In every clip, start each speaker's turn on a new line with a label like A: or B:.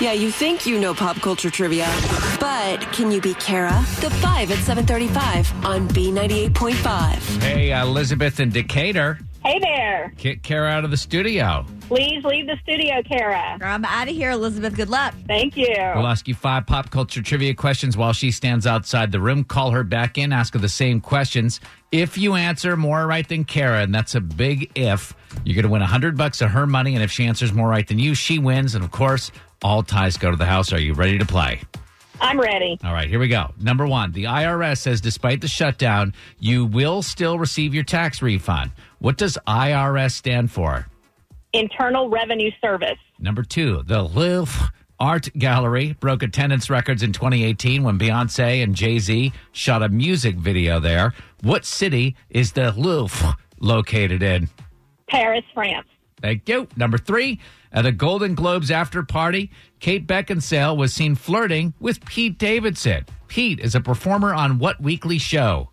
A: Yeah, you think you know pop culture trivia, but can you beat Kara? The 5 at 735 on B98.5.
B: Hey, Elizabeth in Decatur,
C: Hey there.
B: kick Kara out of the studio.
C: Please leave the studio, Kara.
D: I'm out of here, Elizabeth. Good luck.
C: Thank you.
B: We'll ask you five pop culture trivia questions while she stands outside the room. Call her back in, ask her the same questions. If you answer more right than Kara, and that's a big if, you're going to win 100 bucks of her money. And if she answers more right than you, she wins. And of course, all ties go to the house. Are you ready to play?
C: I'm ready.
B: All right, here we go. Number one, the IRS says despite the shutdown, you will still receive your tax refund. What does IRS stand for?
C: Internal Revenue Service.
B: Number two, the Louvre Art Gallery broke attendance records in 2018 when Beyonce and Jay Z shot a music video there. What city is the Louvre located in?
C: Paris, France.
B: Thank you. Number three, at a Golden Globes after party, Kate Beckinsale was seen flirting with Pete Davidson. Pete is a performer on what weekly show?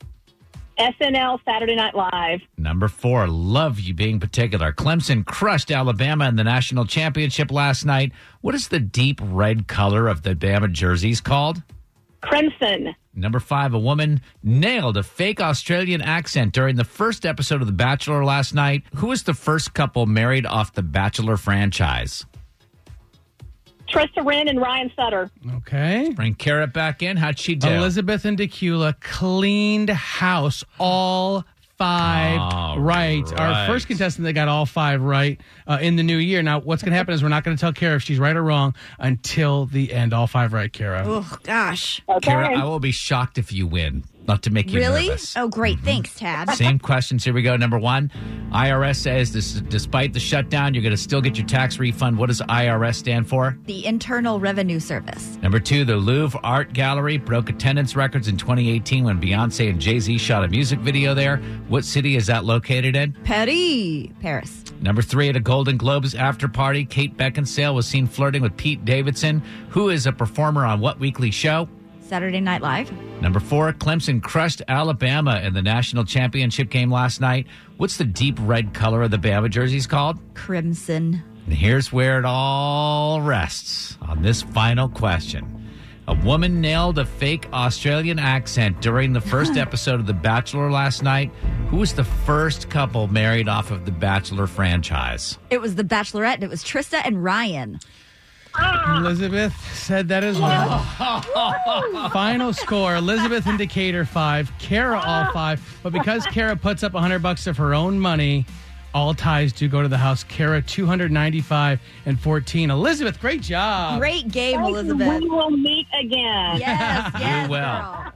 C: SNL Saturday Night Live.
B: Number four, love you being particular. Clemson crushed Alabama in the national championship last night. What is the deep red color of the Bama jerseys called?
C: Crimson.
B: Number five, a woman nailed a fake Australian accent during the first episode of The Bachelor last night. Who was the first couple married off the Bachelor franchise?
C: Trista Wren and Ryan Sutter.
E: Okay.
B: Bring Carrot back in. How'd she do?
E: Elizabeth and Decula cleaned house all five
B: All
E: right.
B: right.
E: Our first contestant that got all five right uh, in the new year. Now, what's going to happen is we're not going to tell Kara if she's right or wrong until the end. All five right, Kara.
D: Oh, gosh.
C: Okay.
B: Kara, I will be shocked if you win. Not to make you
D: really?
B: nervous.
D: Oh, great. Thanks, Tad.
B: Same questions. Here we go. Number one, IRS says this, despite the shutdown, you're going to still get your tax refund. What does IRS stand for?
D: the Internal Revenue Service.
B: Number two, the Louvre Art Gallery broke attendance records in 2018 when Beyonce and Jay Z shot a music video there. What city is that located in?
D: Paris. Paris.
B: Number three, at a Golden Globes after party, Kate Beckinsale was seen flirting with Pete Davidson, who is a performer on what weekly show?
D: Saturday Night Live.
B: Number four, Clemson crushed Alabama in the national championship game last night. What's the deep red color of the Bama jerseys called?
D: Crimson.
B: And here's where it all rests on this final question. A woman nailed a fake Australian accent during the first episode of The Bachelor last night. Who was the first couple married off of The Bachelor franchise?
D: It was The Bachelorette, and it was Trista and Ryan.
E: Elizabeth said that as well. Final score: Elizabeth and Decatur five, Kara all five. But because Kara puts up hundred bucks of her own money, all ties do go to the house. Kara two hundred ninety-five and fourteen. Elizabeth, great job.
D: Great game,
C: Thank you.
D: Elizabeth.
C: We will meet again.
D: Yes, yes.
B: well.
D: girl.